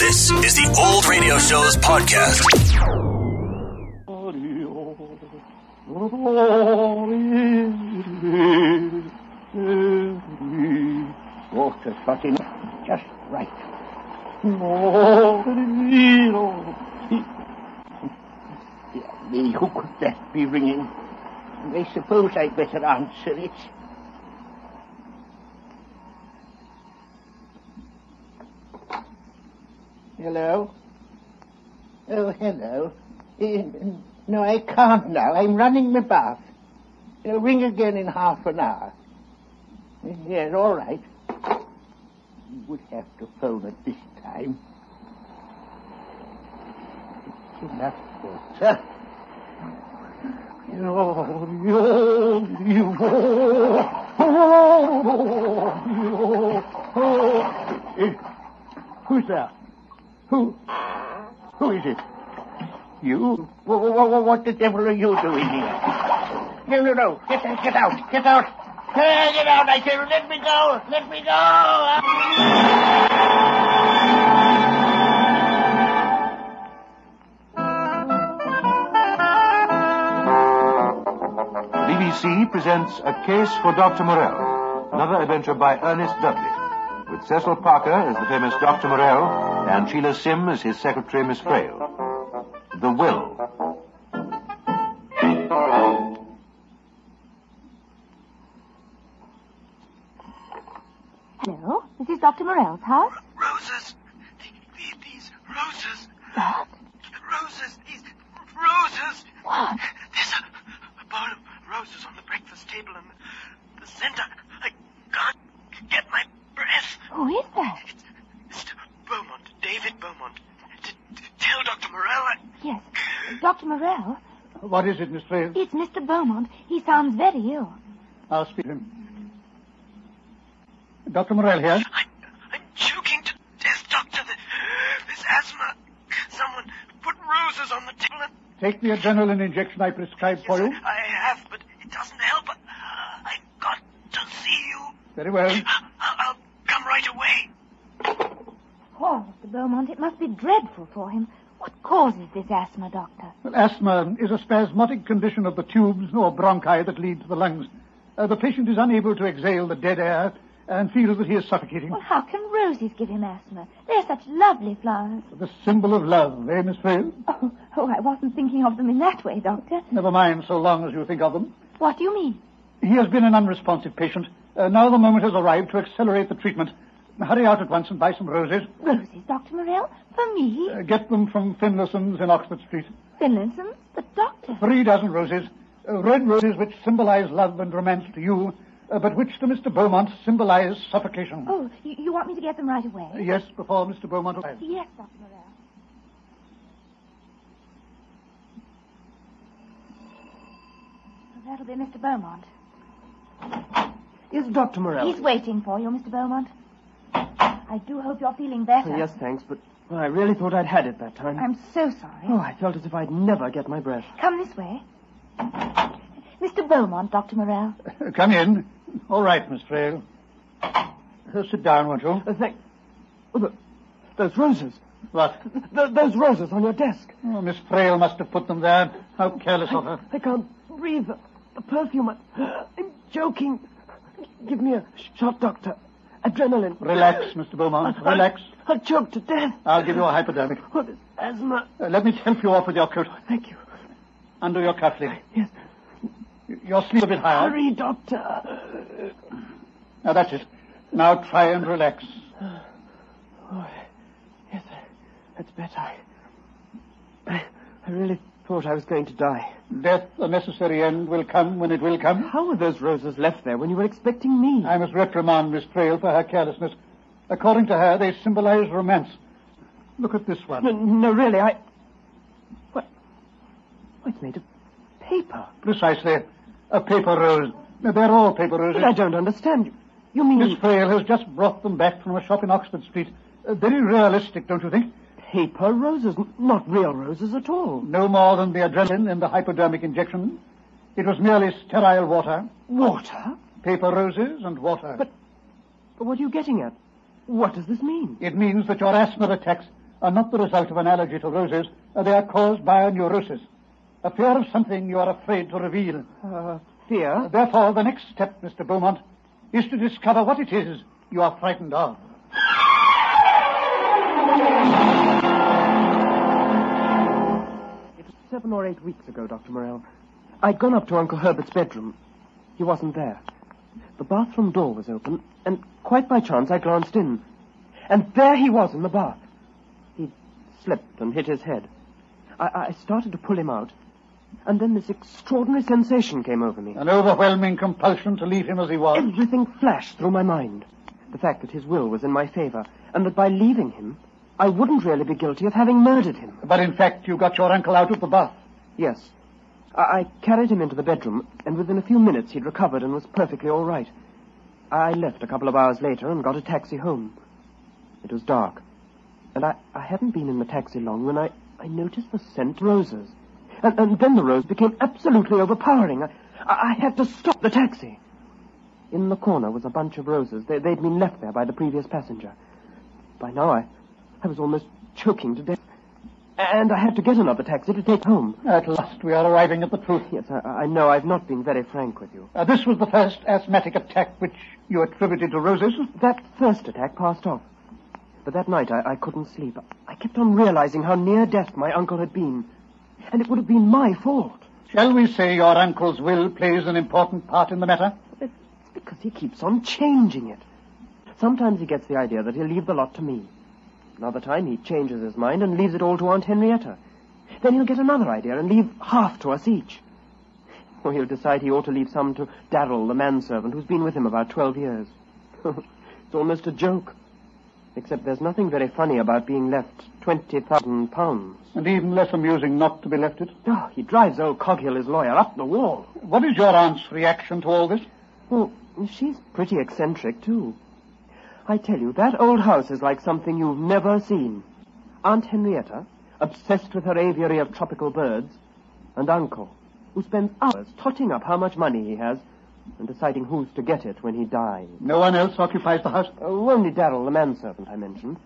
This is the Old Radio Show's podcast. Water fucking just right. Dear me, who could that be ringing? I suppose I'd better answer it. Hello? Oh, hello. Eh, No, I can't now. I'm running my bath. I'll ring again in half an hour. Yes, all right. You would have to phone at this time. It's enough water. Oh, you, you, oh, you, Eh, Who's there? Who? Who is it? You? What, what, the devil are you doing here? No, no, no. Get, out, get out. Get out. Eh, Get out, I say. Let me go. Let me go. BBC presents A Case for Dr. Morell, another adventure by Ernest Dudley, with Cecil Parker as the famous Dr. Morell and Sheila Sim as his secretary, Miss Frail. The Will. Hello? This is Dr. Morell's house? Roses. These, these roses. What? Roses. These roses. What? There's a, a bowl of roses on the breakfast table in the, the center. I can't get my breath. Who is that? It's Mr. Beaumont, David Beaumont. T- t- tell Dr. Morell I... Yes. Dr. Morell, What is it, Miss Frail? it's Mr. Beaumont. He sounds very ill. I'll speak to him. Dr. Morell here. I'm, I'm choking to death, Doctor. There's asthma. Someone put roses on the table and Take the adrenaline injection I prescribed for you. Yes, I have, but it doesn't help. I- I've got to see you. Very well. I- I'll come right away. Poor Mr. Beaumont. It must be dreadful for him. What causes this asthma, Doctor? Well, asthma is a spasmodic condition of the tubes or bronchi that lead to the lungs. Uh, the patient is unable to exhale the dead air and feels that he is suffocating. Well, how can roses give him asthma? They're such lovely flowers. The symbol of love, eh, Miss Frail? Oh, oh, I wasn't thinking of them in that way, Doctor. Never mind so long as you think of them. What do you mean? He has been an unresponsive patient. Uh, now the moment has arrived to accelerate the treatment. Hurry out at once and buy some roses. Roses, Dr. Morell? For me? Uh, get them from Finlayson's in Oxford Street. Finlinson's? The doctor? Three dozen roses. Uh, red roses which symbolize love and romance to you, uh, but which to Mr. Beaumont symbolize suffocation. Uh, Oh, you, you want me to get them right away? Yes, before Mr. Beaumont arrives. Yes, Dr. Morell. That'll be Mr. Beaumont. Is Dr. Morell? He's waiting for you, Mr. Beaumont. I do hope you're feeling better. Yes, thanks, but well, I really thought I'd had it that time. I'm so sorry. Oh, I felt as if I'd never get my breath. Come this way. Mr. Beaumont, Dr. Morell. Uh, Come in. All right, Miss Frail. Uh, sit down, won't you? Uh, thank... Oh, the... Those roses. What? Th those roses on your desk. Oh, Miss Frail must have put them there. How careless of her. I can't breathe. The, the perfume. I... I'm joking. Give me a shot, Doctor. Adrenaline. Relax, Mr. Beaumont. Relax. I'll choke to death. I'll give you a hypodermic. Oh, this asthma. Uh, let me help you off with your coat. Thank you. Undo your cufflink. Yes. Your sleeve a bit higher. Hurry, Doctor. Now that's it. Now try and relax. Oh, yes, that's better. I, I really thought I was going to die. Death, the necessary end, will come when it will come. How were those roses left there when you were expecting me? I must reprimand Miss Frail for her carelessness. According to her, they symbolize romance. Look at this No, one. no, really, I. What? Well, it's made of paper. Precisely. A paper rose. They're all paper But I roses. don't understand. You, you mean Miss Frail has just brought them back from a shop in Oxford Street. Uh, very realistic, don't you think? paper roses, n- not real roses at all? No more than the adrenaline and the hypodermic injection. It was merely sterile water, Water? paper roses, and water. But- What are you getting at? What does this mean? It means that your asthma attacks are not the result of an allergy to roses. Uh, They are caused by a neurosis, a fear of something you are afraid to reveal. Uh, Fear? Therefore, the next step, Mr. Beaumont, is to discover what it is you are frightened of. It was seven or eight weeks ago, Dr. Morell. I'd gone up to Uncle Herbert's bedroom. He wasn't there. The bathroom door was open, and quite by chance I glanced in. And there he was in the bath. He slipped and hit his head. I, I started to pull him out, and then this extraordinary sensation came over me. An overwhelming compulsion to leave him as he was. Everything flashed through my mind. The fact that his will was in my favor, and that by leaving him, I wouldn't really be guilty of having murdered him. But in fact, you got your uncle out of the bath. Yes. I, I carried him into the bedroom, and within a few minutes he'd recovered and was perfectly all right. I left a couple of hours later and got a taxi home. It was dark, and I, I hadn't been in the taxi long when I, I noticed the scent roses. And, and then the rose became absolutely overpowering. I, I I had to stop the taxi. In the corner was a bunch of roses. They, they'd been left there by the previous passenger. By now I, I was almost choking to death. And I had to get another taxi to take home. At last, we are arriving at the truth. Yes, I, I know I've not been very frank with you. Uh, this was the first asthmatic attack which you attributed to roses. That first attack passed off. But that night I, I couldn't sleep. I kept on realizing how near death my uncle had been. And it would have been my fault. Shall we say your uncle's will plays an important part in the matter? It's because he keeps on changing it. Sometimes he gets the idea that he'll leave the lot to me. Another time he changes his mind and leaves it all to Aunt Henrietta. Then he'll get another idea and leave half to us each. Or he'll decide he ought to leave some to Darrell, the manservant, who's been with him about twelve years. it's almost a joke. Except there's nothing very funny about being left twenty thousand pounds. And even less amusing not to be left it. Oh, he drives old Coghill, his lawyer, up the wall. What is your aunt's reaction to all this? Well, she's pretty eccentric, too. I tell you, that old house is like something you've never seen. Aunt Henrietta, obsessed with her aviary of tropical birds, and Uncle, who spends hours totting up how much money he has and deciding who's to get it when he dies. No one else occupies the house. Oh, only Darrell, the manservant I mentioned.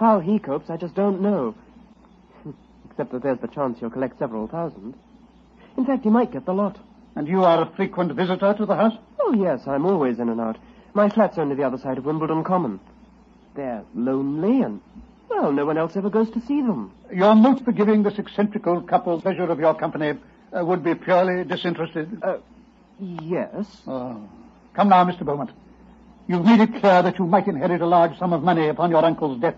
How he copes, I just don't know. Except that there's the chance he'll collect several thousand. In fact, he might get the lot. And you are a frequent visitor to the house? Oh, yes, I'm always in and out. My flat's only the other side of Wimbledon Common. They're lonely and, well, no one else ever goes to see them. Your note for giving this eccentric old couple pleasure of your company uh, would be purely disinterested. Uh, yes. Oh. Come now, Mr. Beaumont. You've made it clear that you might inherit a large sum of money upon your uncle's death.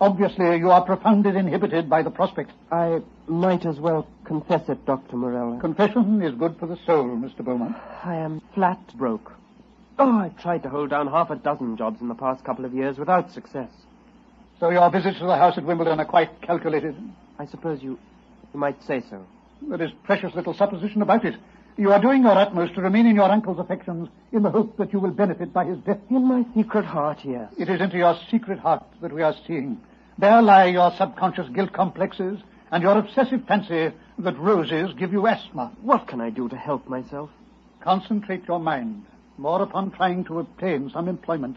Obviously, you are profoundly inhibited by the prospect. I might as well confess it, Dr. Morell. Confession is good for the soul, Mr. Beaumont. I am flat broke. Oh, I've tried to hold down half a dozen jobs in the past couple of years without success. So your visits to the house at Wimbledon are quite calculated. I suppose you, you might say so. There is precious little supposition about it. You are doing your utmost to remain in your uncle's affections in the hope that you will benefit by his death. In my secret heart, yes. It is into your secret heart that we are seeing. There lie your subconscious guilt complexes and your obsessive fancy that roses give you asthma. What can I do to help myself? Concentrate your mind more upon trying to obtain some employment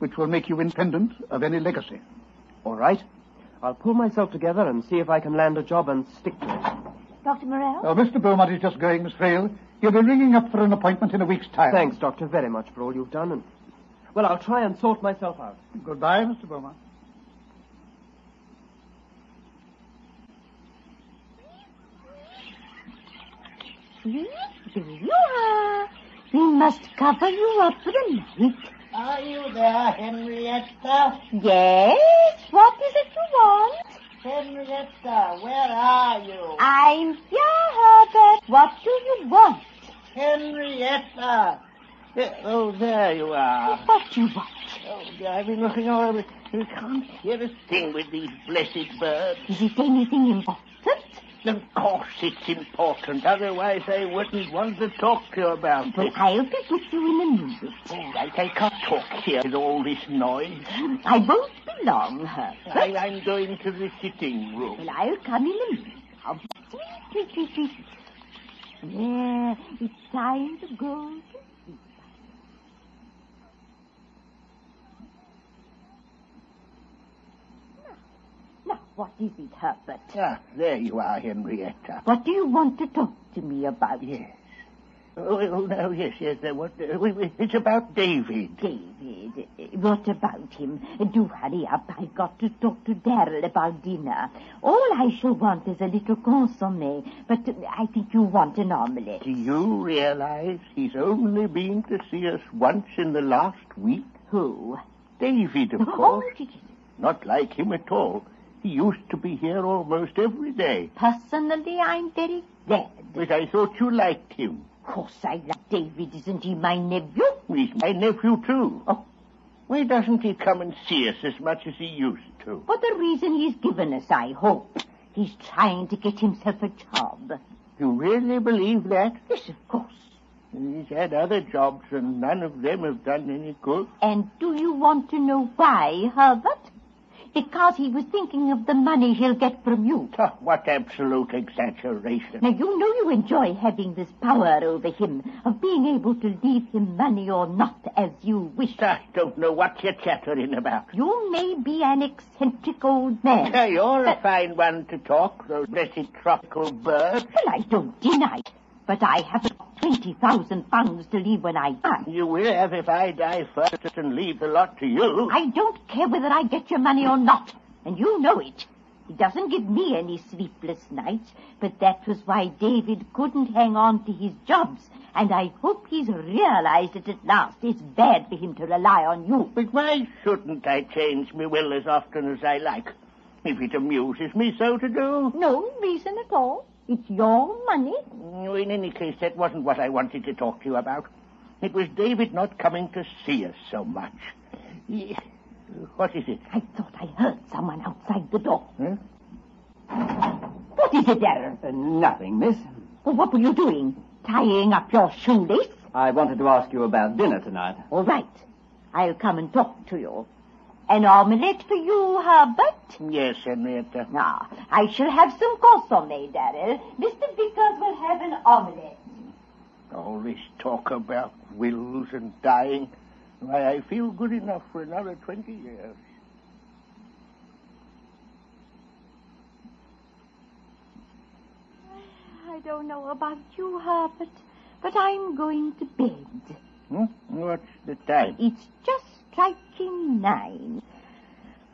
which will make you independent of any legacy. All right. I'll pull myself together and see if I can land a job and stick to it. Dr. Morell? Oh, Mr. Beaumont is just going, Miss Frail. He'll be ringing up for an appointment in a week's time. Thanks, Doctor, very much for all you've done. And well, I'll try and sort myself out. Goodbye, Mr. Beaumont. Yes, there you are. We must cover you up for the night. Are you there, Henrietta? Yes, what is it you want? Henrietta, where are you? I'm here, Herbert. What do you want? Henrietta! Eh, Oh, there you are. What do you want? Oh, dear, I've been looking all over. You can't hear a thing with these blessed birds. Is it anything important? Of course it's important, otherwise I wouldn't want to talk to you about Well, it. I'll be with you in a minute. All right, I can't talk here with all this noise. I won't be long, Herbert. I, I'm going to the sitting room. Well, I'll come in a minute. Now, Tweet, tweet, tweet, tweet. There, it's time to go to sleep. Now, What is it, Herbert? Ah, there you are, Henrietta. What do you want to talk to me about? Yes. Oh, oh, no, yes, yes. uh, What, uh, we- we- it's about David. David, uh, what about him? Do hurry up. I've got to talk to Darrell about dinner. All I shall want is a little consomme, but uh, I think you want an omelette. Do you realize he's only been to see us once in the last week? Who? David, of Oh, course. it is Not like him at all. He used to be here almost every day. personally, I'm very glad. But I thought you liked him. Of course I like David. Isn't he my nephew? He's my nephew, too. Oh. Why doesn't he come and see us as much as he used to? For the reason he's given us, I hope. He's trying to get himself a job. You really believe that? Yes, of course. He's had other jobs and none of them have done any good. And do you want to know why, Herbert? Because he was thinking of the money he'll get from you. Oh, what absolute exaggeration. Now, you know you enjoy having this power over him, of being able to leave him money or not as you wish. I don't know what you're chattering about. You may be an eccentric old man. Now, you're a fine one to talk, those blessed tropical birds. Well, I don't deny it, but I haven't got 20,000 pounds to leave when I die. You will have if I die first and leave the lot to you. I don't care whether I get your money or not, and you know it. He doesn't give me any sleepless nights, but that was why David couldn't hang on to his jobs, and I hope he's realized it at last. It's bad for him to rely on you. But why shouldn't I change my will as often as I like? If it amuses me so to do. No reason at all. It's your money. In any case, that wasn't what I wanted to talk to you about. It was David not coming to see us so much. He- What is it? I thought I heard someone outside the door. Huh? What is it, Darren? Uh, nothing, miss. Well, what were you doing? Tying up your shoelace? I wanted to ask you about dinner tonight. All right. I'll come and talk to you. An omelette for you, Herbert? Yes, Henrietta. Now, I shall have some consomme, Darrell. Mr. Vickers will have an omelette. All this talk about wills and dying. Why, I feel good enough for another 20 years. I don't know about you, Herbert, but I'm going to bed. Hmm? What's the time? It's just striking nine.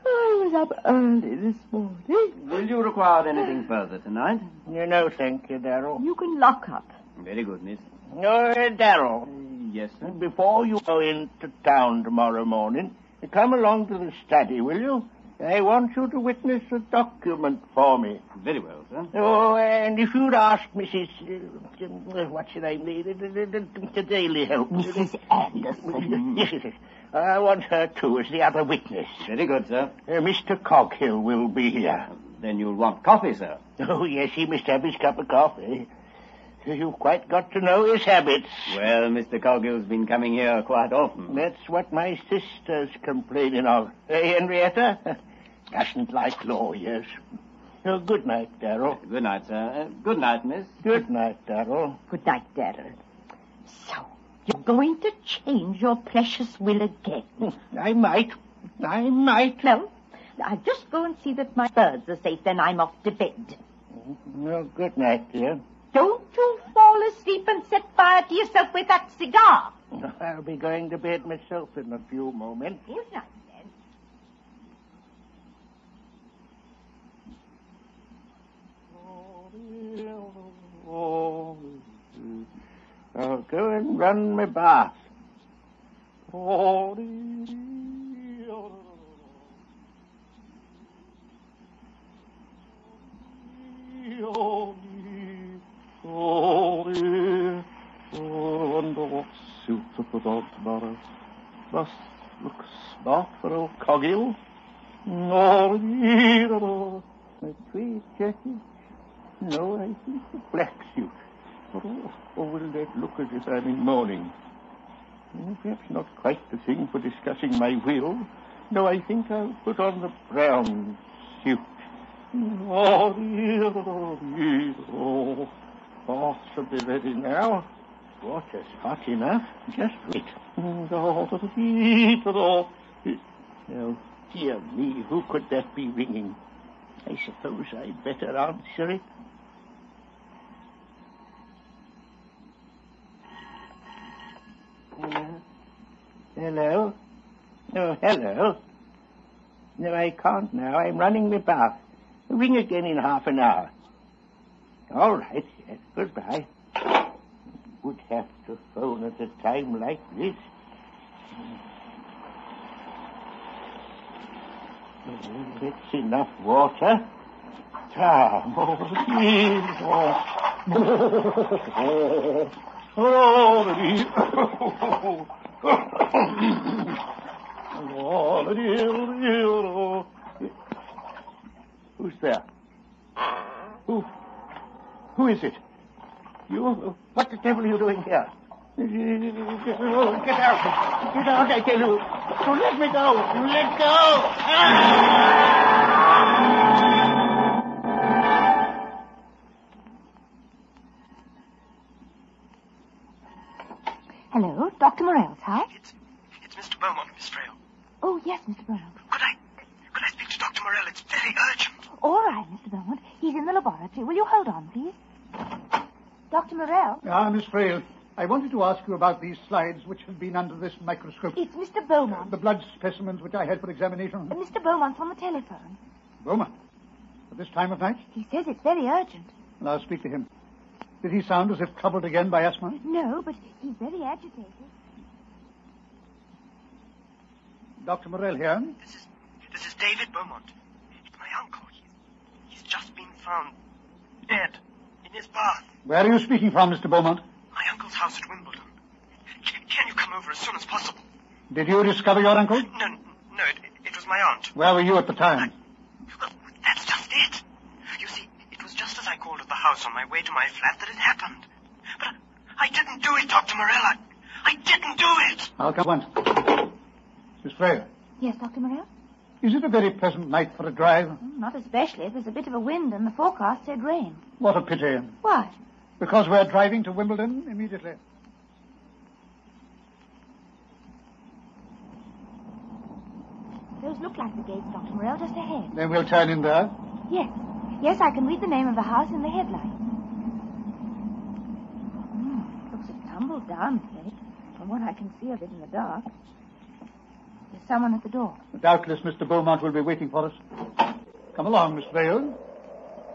I was up early this morning. Will you require anything further tonight? You know, thank you, Darrell. You can lock up. Very good, miss. No, Oh, Darrell. Yes, sir. Before you go into town tomorrow morning, come along to the study, will you? I want you to witness a document for me. Very well, sir. Oh, and if you'd ask Mrs. Uh, what's her name? The, the, the, the, the Daily Help. Mrs. Anderson. Yes, yes, yes. I want her too as the other witness. Very good, sir. Uh, Mr. Coghill will be here. Then you'll want coffee, sir. Oh, yes, he must have his cup of coffee. You've quite got to know his habits. Well, Mr. Cogill's been coming here quite often. That's what my sister's complaining of. Eh, Henrietta? Doesn't like lawyers. Oh, good night, Darrell. Good night, sir. Uh, good night, miss. Good night, Darrell. Good night, Darrell. So, you're going to change your precious will again. I might. I might. No, I'll just go and see that my birds are safe, then I'm off to bed. Well, Oh, good night, dear. Don't you fall asleep and set fire to yourself with that cigar. I'll be going to bed myself in a few moments. Good night, then. Oh, I'll go and run my bath. Wonder what suit to put on tomorrow. Must look smart for old Coggill. My tweed jacket? No, I think the black suit. Oh, or will that look as if I'm in mourning? Mm, Perhaps not quite the thing for discussing my will. No, I think I'll put on the brown suit. Oh, should be ready now. Water's hot enough. Just wait. Mm, Oh, dear me, who could that be ringing? I suppose I'd better answer it. Hello? Uh, Hello? Oh, hello. No, I can't now. I'm running the bath. Ring again in half an hour. All right, yes. Goodbye. Would have to phone at a time like this. Well, That's enough water. Ah, more please. Oh. Already. Already, already, already. Who's there? Who? Who is it? You? What the devil are you doing here? Get out! Get out, I tell you! Don't let me go! Let go! Ah! Hello, Dr. Morell's house? It's, it's Mr. Beaumont, Miss Frail. Oh, yes, Mr. Beaumont. Could I, could I speak to Dr. Morell? It's very urgent. All right, Mr. Beaumont. He's in the laboratory. Will you hold on, please? Dr. Morell? Ah, Miss Frail, I wanted to ask you about these slides which have been under this microscope. It's Mr. Beaumont. The blood specimens which I had for examination. Uh, Mr. Beaumont's on the telephone. Beaumont, at this time of night? He says it's very urgent. Well, I'll speak to him. Did he sound as if troubled again by asthma? No, but he's very agitated. Dr. Morell here. This is, this is David Beaumont. It's my uncle. He's, he's just been found dead in his bath. Where are you speaking from, Mr. Beaumont? My uncle's house at Wimbledon. C- can you come over as soon as possible? Did you discover your uncle? No, no, it, it was my aunt. Where were you at the time? Well, that's just it. You see, it was just as I called at the house on my way to my flat that it happened. But I, I didn't do it, Dr. Morell. I, I didn't do it. I'll come once. Miss Frail, Yes, Dr. Morell? is it a very pleasant night for a drive? Mm, Not especially if there's a bit of a wind and the forecast said rain. What a pity. Why? Because we're driving to Wimbledon immediately. Those look like the gates, Dr. Morell, just ahead. Then we'll turn in there. Yes. Yes, I can read the name of the house in the headlights. Hmm, looks a tumbled down place, from what I can see of it in the dark. There's someone at the door. Doubtless Mr. Beaumont will be waiting for us. Come along, Miss Frail.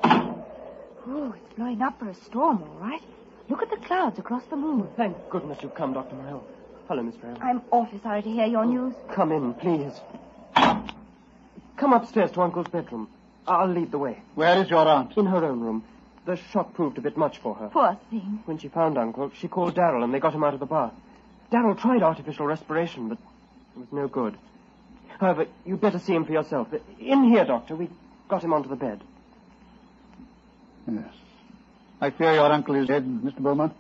Oh, it's blowing up for a storm, all right. Look at the clouds across the moon. Thank goodness you've come, Dr. Morell. Hello, Miss Frail. I'm awfully sorry to hear your news. Come in, please. Come upstairs to Uncle's bedroom. I'll lead the way. Where is your aunt? In her own room. The shock proved a bit much for her. Poor thing. When she found Uncle, she called Darrell and they got him out of the bath. Darrell tried artificial respiration, but it was no good. However, you'd better see him for yourself. In here, Doctor. We got him onto the bed. Yes. I fear your uncle is dead, Mr. Beaumont.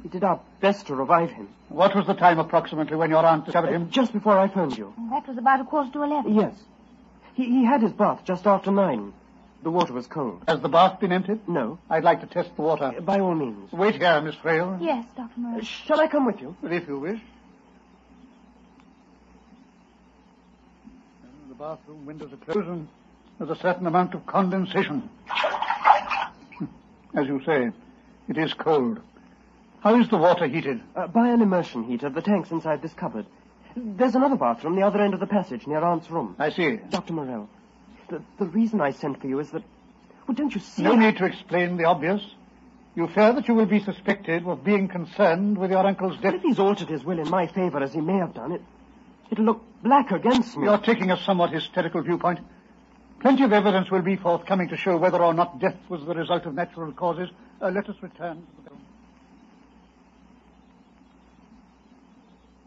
We did our best to revive him. What was the time approximately when your aunt discovered him? Just before I phoned you. That was about a quarter to eleven. Yes. He, he had his bath just after nine. The water was cold. Has the bath been emptied? No. I'd like to test the water. By all means. Wait here, Miss Frail. Yes, Dr. Morell. Shall I come with you? If you wish. The bathroom windows are closed and there's a certain amount of condensation. As you say, it is cold. How is the water heated? Uh, by an immersion heater, the tank's inside this cupboard. There's another bathroom the other end of the passage near Aunt's room. I see. Dr. Morell, the, the reason I sent for you is that. Well, don't you see? No need to explain the obvious. You fear that you will be suspected of being concerned with your uncle's But death. if he's altered his will in my favor as he may have done, it, it'll look black against me. You're taking a somewhat hysterical viewpoint. Plenty of evidence will be forthcoming to show whether or not death was the result of natural causes. Uh, let us return to the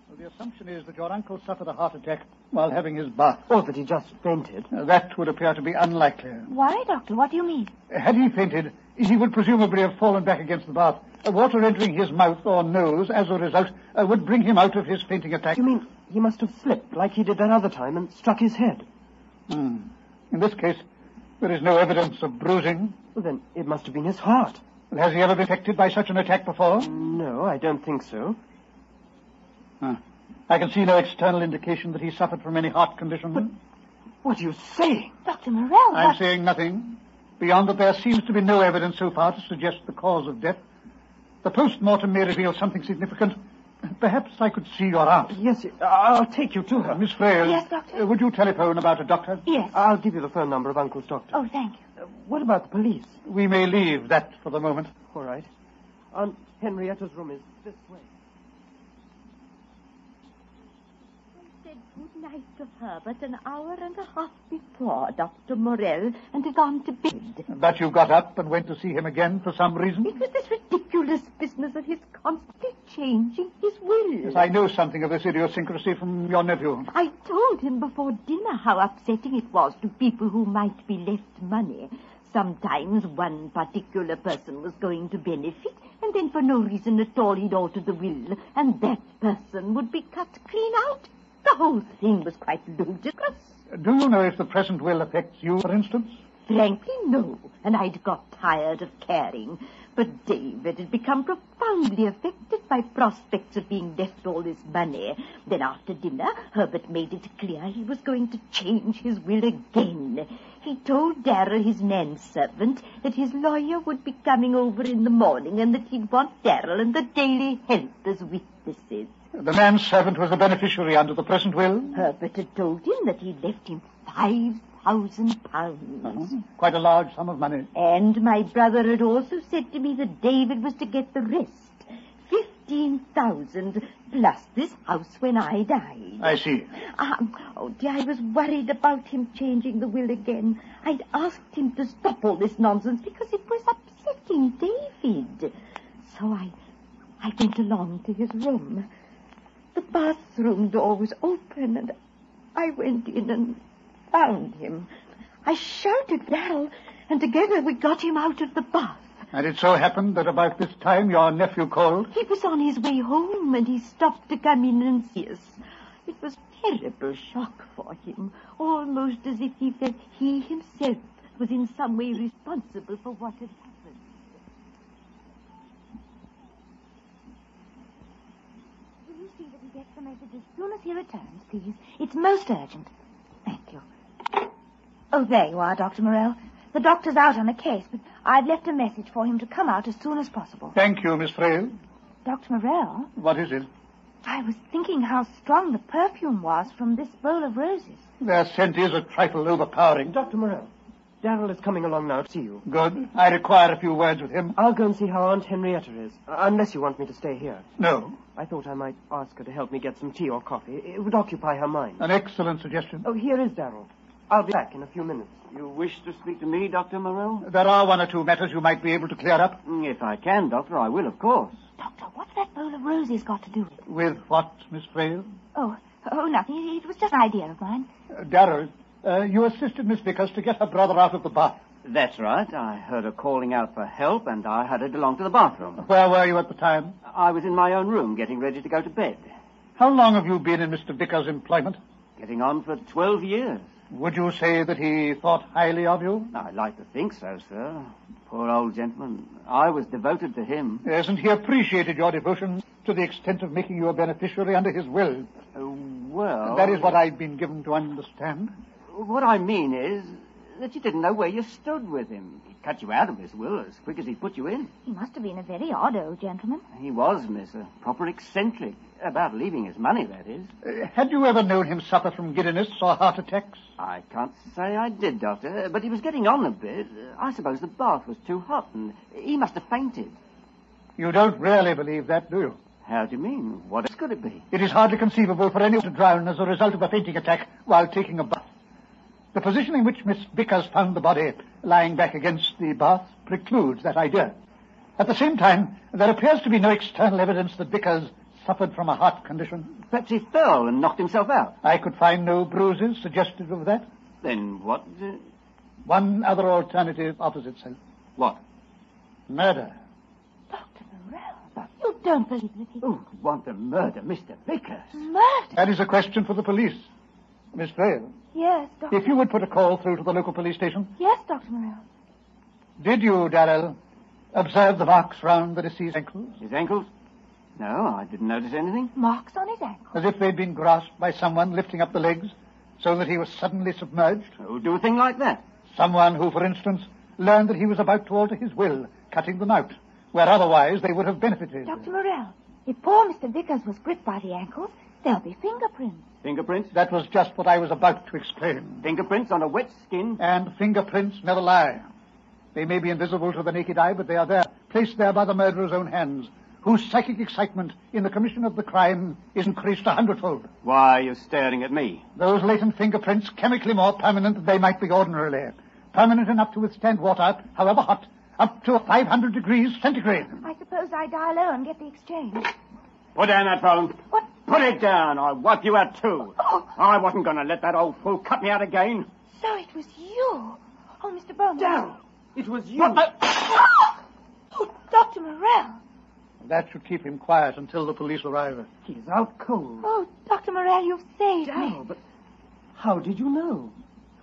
Well, the assumption is that your uncle suffered a heart attack while having his bath. Or that he just fainted. Uh, that would appear to be unlikely. Why, Doctor? What do you mean? Had he fainted, he would presumably have fallen back against the bath. Uh, Water entering his mouth or nose as a result uh, would bring him out of his fainting attack. You mean he must have slipped like he did that other time and struck his head? In this case, there is no evidence of bruising. Well, then it must have been his heart. Well, Has he ever been affected by such an attack before? No, I don't think so. I can see no external indication that he suffered from any heart condition. What are you saying? Dr. Morell, I'm what- saying nothing beyond that there seems to be no evidence so far to suggest the cause of death. The post-mortem may reveal something significant. Perhaps I could see your aunt. Uh, Yes, I- I'll take you to her. Miss Frail, Yes, Doctor? uh, would you telephone about a doctor? Yes. I'll give you the phone number of Uncle's doctor. Oh, thank you. What about the police? We may leave that for the moment. All right. Aunt Henrietta's room is this way. I said good night to Herbert an hour and a half before Dr. Morell and had gone to bed. But you got up and went to see him again for some reason? It was this ridiculous business of his constantly changing his will. Yes, I know something of this idiosyncrasy from your nephew. I told him before dinner how upsetting it was to people who might be left money. Sometimes one particular person was going to benefit, and then for no reason at all he'd alter the will, and that person would be cut clean out. The whole thing was quite ludicrous. Do you know if the present will affects you, for instance? Frankly, no, and I'd got tired of caring. But David had become profoundly affected by prospects of being left all his money. Then after dinner, Herbert made it clear he was going to change his will again. He told Darrell, his manservant, that his lawyer would be coming over in the morning and that he'd want Darrell and the Daily Help as witnesses. The man's servant was the beneficiary under the present will. Herbert had told him that he'd left him five thousand pounds. Quite a large sum of money. And my brother had also said to me that David was to get the rest. Fifteen thousand plus this house when I died. I see. Um, oh dear, I was worried about him changing the will again. I'd asked him to stop all this nonsense because it was upsetting David. So I, I went along to his room. The bathroom door was open and I went in and found him. I shouted, Darrell, and together we got him out of the bath. And it so happened that about this time your nephew called. He was on his way home and he stopped to come in and see us. It was terrible shock for him, almost as if he felt he himself was in some way responsible for what had happened. Will you see that he gets the message as soon as he returns, please? It's most urgent. Thank you. Oh, there you are, Dr. Morell. The doctor's out on a case, but I've left a message for him to come out as soon as possible. Thank you, Miss Frail. Dr. Morell, What is it? I was thinking how strong the perfume was from this bowl of roses. Their scent is a trifle overpowering. Dr. Morell, Darrell is coming along now to see you. Good. I require a few words with him. I'll go and see how Aunt Henrietta is, uh, unless you want me to stay here. No. I thought I might ask her to help me get some tea or coffee. It would occupy her mind. An excellent suggestion. Oh, here is Darrell. I'll be back in a few minutes. You wish to speak to me, Dr. Morell? There are one or two matters you might be able to clear up. Mm, If I can, Doctor, I will, of course. Doctor, what's that bowl of roses got to do with it? With what, Miss Frail? Oh, oh, nothing. It was just an idea of mine. Uh, Darrow, uh, you assisted Miss Vickers to get her brother out of the bath. That's right. I heard her calling out for help, and I hurried along to the bathroom. Where were you at the time? I was in my own room, getting ready to go to bed. How long have you been in Mr. Vickers' employment? Getting on for 12 years. Would you say that he thought highly of you? I'd like to think so, sir. Poor old gentleman. I was devoted to him. Yes, and he appreciated your devotion to the extent of making you a beneficiary under his will. Uh, well. That is what I've been given to understand. What I mean is that you didn't know where you stood with him. He cut you out of his will as quick as he put you in. He must have been a very odd old gentleman. He was, miss, a proper eccentric. About leaving his money, that is. Uh, had you ever known him suffer from giddiness or heart attacks? I can't say I did, Doctor, but he was getting on a bit. I suppose the bath was too hot, and he must have fainted. You don't really believe that, do you? How do you mean? What else could it be? It is hardly conceivable for anyone to drown as a result of a fainting attack while taking a bath. The position in which Miss Vickers found the body lying back against the bath precludes that idea. At the same time, there appears to be no external evidence that Vickers suffered from a heart condition. Perhaps he fell and knocked himself out. I could find no bruises suggestive of that. Then what? Uh, One other alternative offers itself. what? Murder. Dr. Morell, you don't believe that he... Who would want to murder Mr. Vickers? Oh. Murder? That is a question for the police. Miss Vale, Yes, Doctor. if you would put a call through to the local police station. Yes, Dr. Morell. Did you, Darrell, observe the marks round the deceased's ankles? His ankles? No, I didn't notice anything. Marks on his ankle. As if they'd been grasped by someone lifting up the legs, so that he was suddenly submerged? Who would Oh, do a thing like that? Someone who, for instance, learned that he was about to alter his will, cutting them out, where otherwise they would have benefited. Dr. Morell, if poor Mr. Vickers was gripped by the ankles, there'll be fingerprints. Fingerprints? That was just what I was about to explain. Fingerprints on a wet skin? And fingerprints never lie. They may be invisible to the naked eye, but they are there, placed there by the murderer's own hands, whose psychic excitement in the commission of the crime is increased a hundredfold. Why are you staring at me? Those latent fingerprints, chemically more permanent than they might be ordinarily. Permanent enough to withstand water, however hot, up to 500 degrees centigrade. I suppose I die low and get the exchange. Put down that phone. What? Put it down. I'll wipe you out, too. Oh. I wasn't going to let that old fool cut me out again. So it was you. Oh, Mr. Bowman. It was you. Oh, Dr. Morell. That should keep him quiet until the police arrive. He's out cold. Oh, Dr. Morell, you've saved me. but how did you know?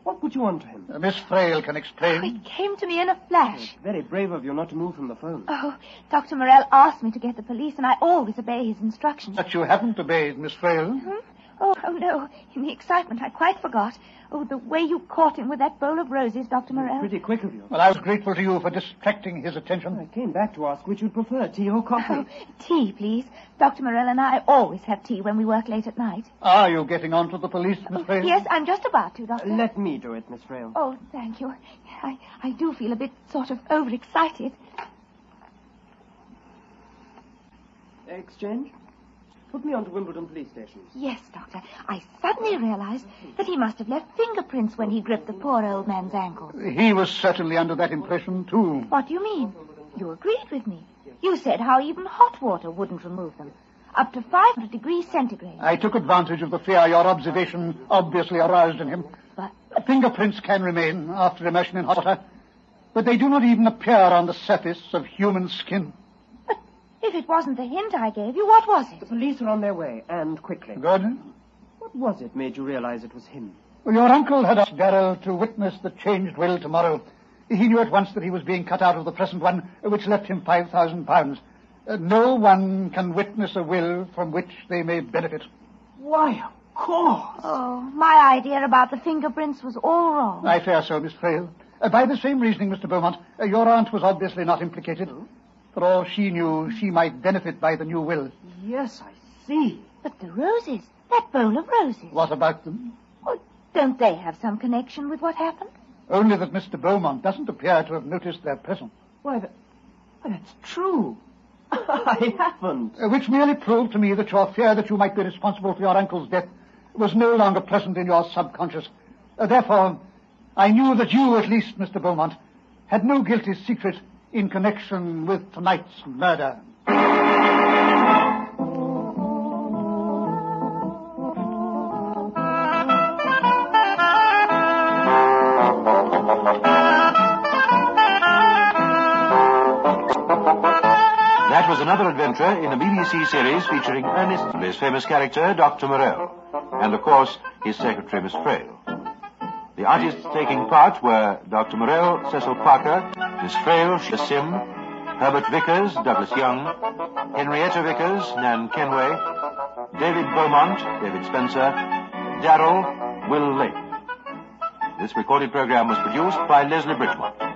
What would you want to him? Uh, Miss Thrale can explain. It came to me in a flash. Very brave of you not to move from the phone. Oh, Dr. Morell asked me to get the police, and I always obey his instructions. But you haven't obeyed, Miss Thrale. Hmm? Oh, oh, no. In the excitement, I quite forgot. Oh, the way you caught him with that bowl of roses, Dr. Morell. Pretty quick of you. Well, I was grateful to you for distracting his attention. I came back to ask which you'd prefer, tea or coffee. Oh, tea, please. Dr. Morell and I always have tea when we work late at night. Are you getting on to the police, Miss Thrale? Oh, Yes, I'm just about to, Doctor. Let me do it, Miss Frail. Oh, thank you. I, I do feel a bit sort of overexcited. Oh. Exchange? Put me on to Wimbledon police station. Yes, Doctor. I suddenly realized that he must have left fingerprints when he gripped the poor old man's ankles. He was certainly under that impression, too. What do you mean? You agreed with me. You said how even hot water wouldn't remove them. Up to 500 degrees centigrade. I took advantage of the fear your observation obviously aroused in him. But- Fingerprints can remain after immersion in hot water, but they do not even appear on the surface of human skin. But if it wasn't the hint I gave you, what was it? Police are on their way, and quickly. Good. What was it made you realize it was him? Well, your uncle had asked Darrell to witness the changed will tomorrow. He knew at once that he was being cut out of the present one, which left him five thousand pounds. Uh, no one can witness a will from which they may benefit. Why, of course. Oh, my idea about the fingerprints was all wrong. I fear so, Miss Thrale. Uh, by the same reasoning, Mr. Beaumont, uh, your aunt was obviously not implicated. For all she knew, she might benefit by the new will. Yes, I see. But the roses, that bowl of roses. What about them? Oh, don't they have some connection with what happened? Only that Mr. Beaumont doesn't appear to have noticed their presence, Why, that, why, that's true. Oh, I haven't. uh, which merely proved to me that your fear that you might be responsible for your uncle's death was no longer present in your subconscious. Uh, therefore, I knew that you, at least, Mr. Beaumont, had no guilty secret in connection with tonight's murder. That was another adventure in a BBC series featuring Ernest, his famous character, Dr. Moreau, and of course, his secretary, Miss Frail. The artists taking part were Dr. Moreau, Cecil Parker, Miss Frail, Sheila Sim, Herbert Vickers, Douglas Young, Henrietta Vickers, Nan Kenway, David Beaumont, David Spencer, Darrell, Will Lake. This recorded program was produced by Leslie Bridgman.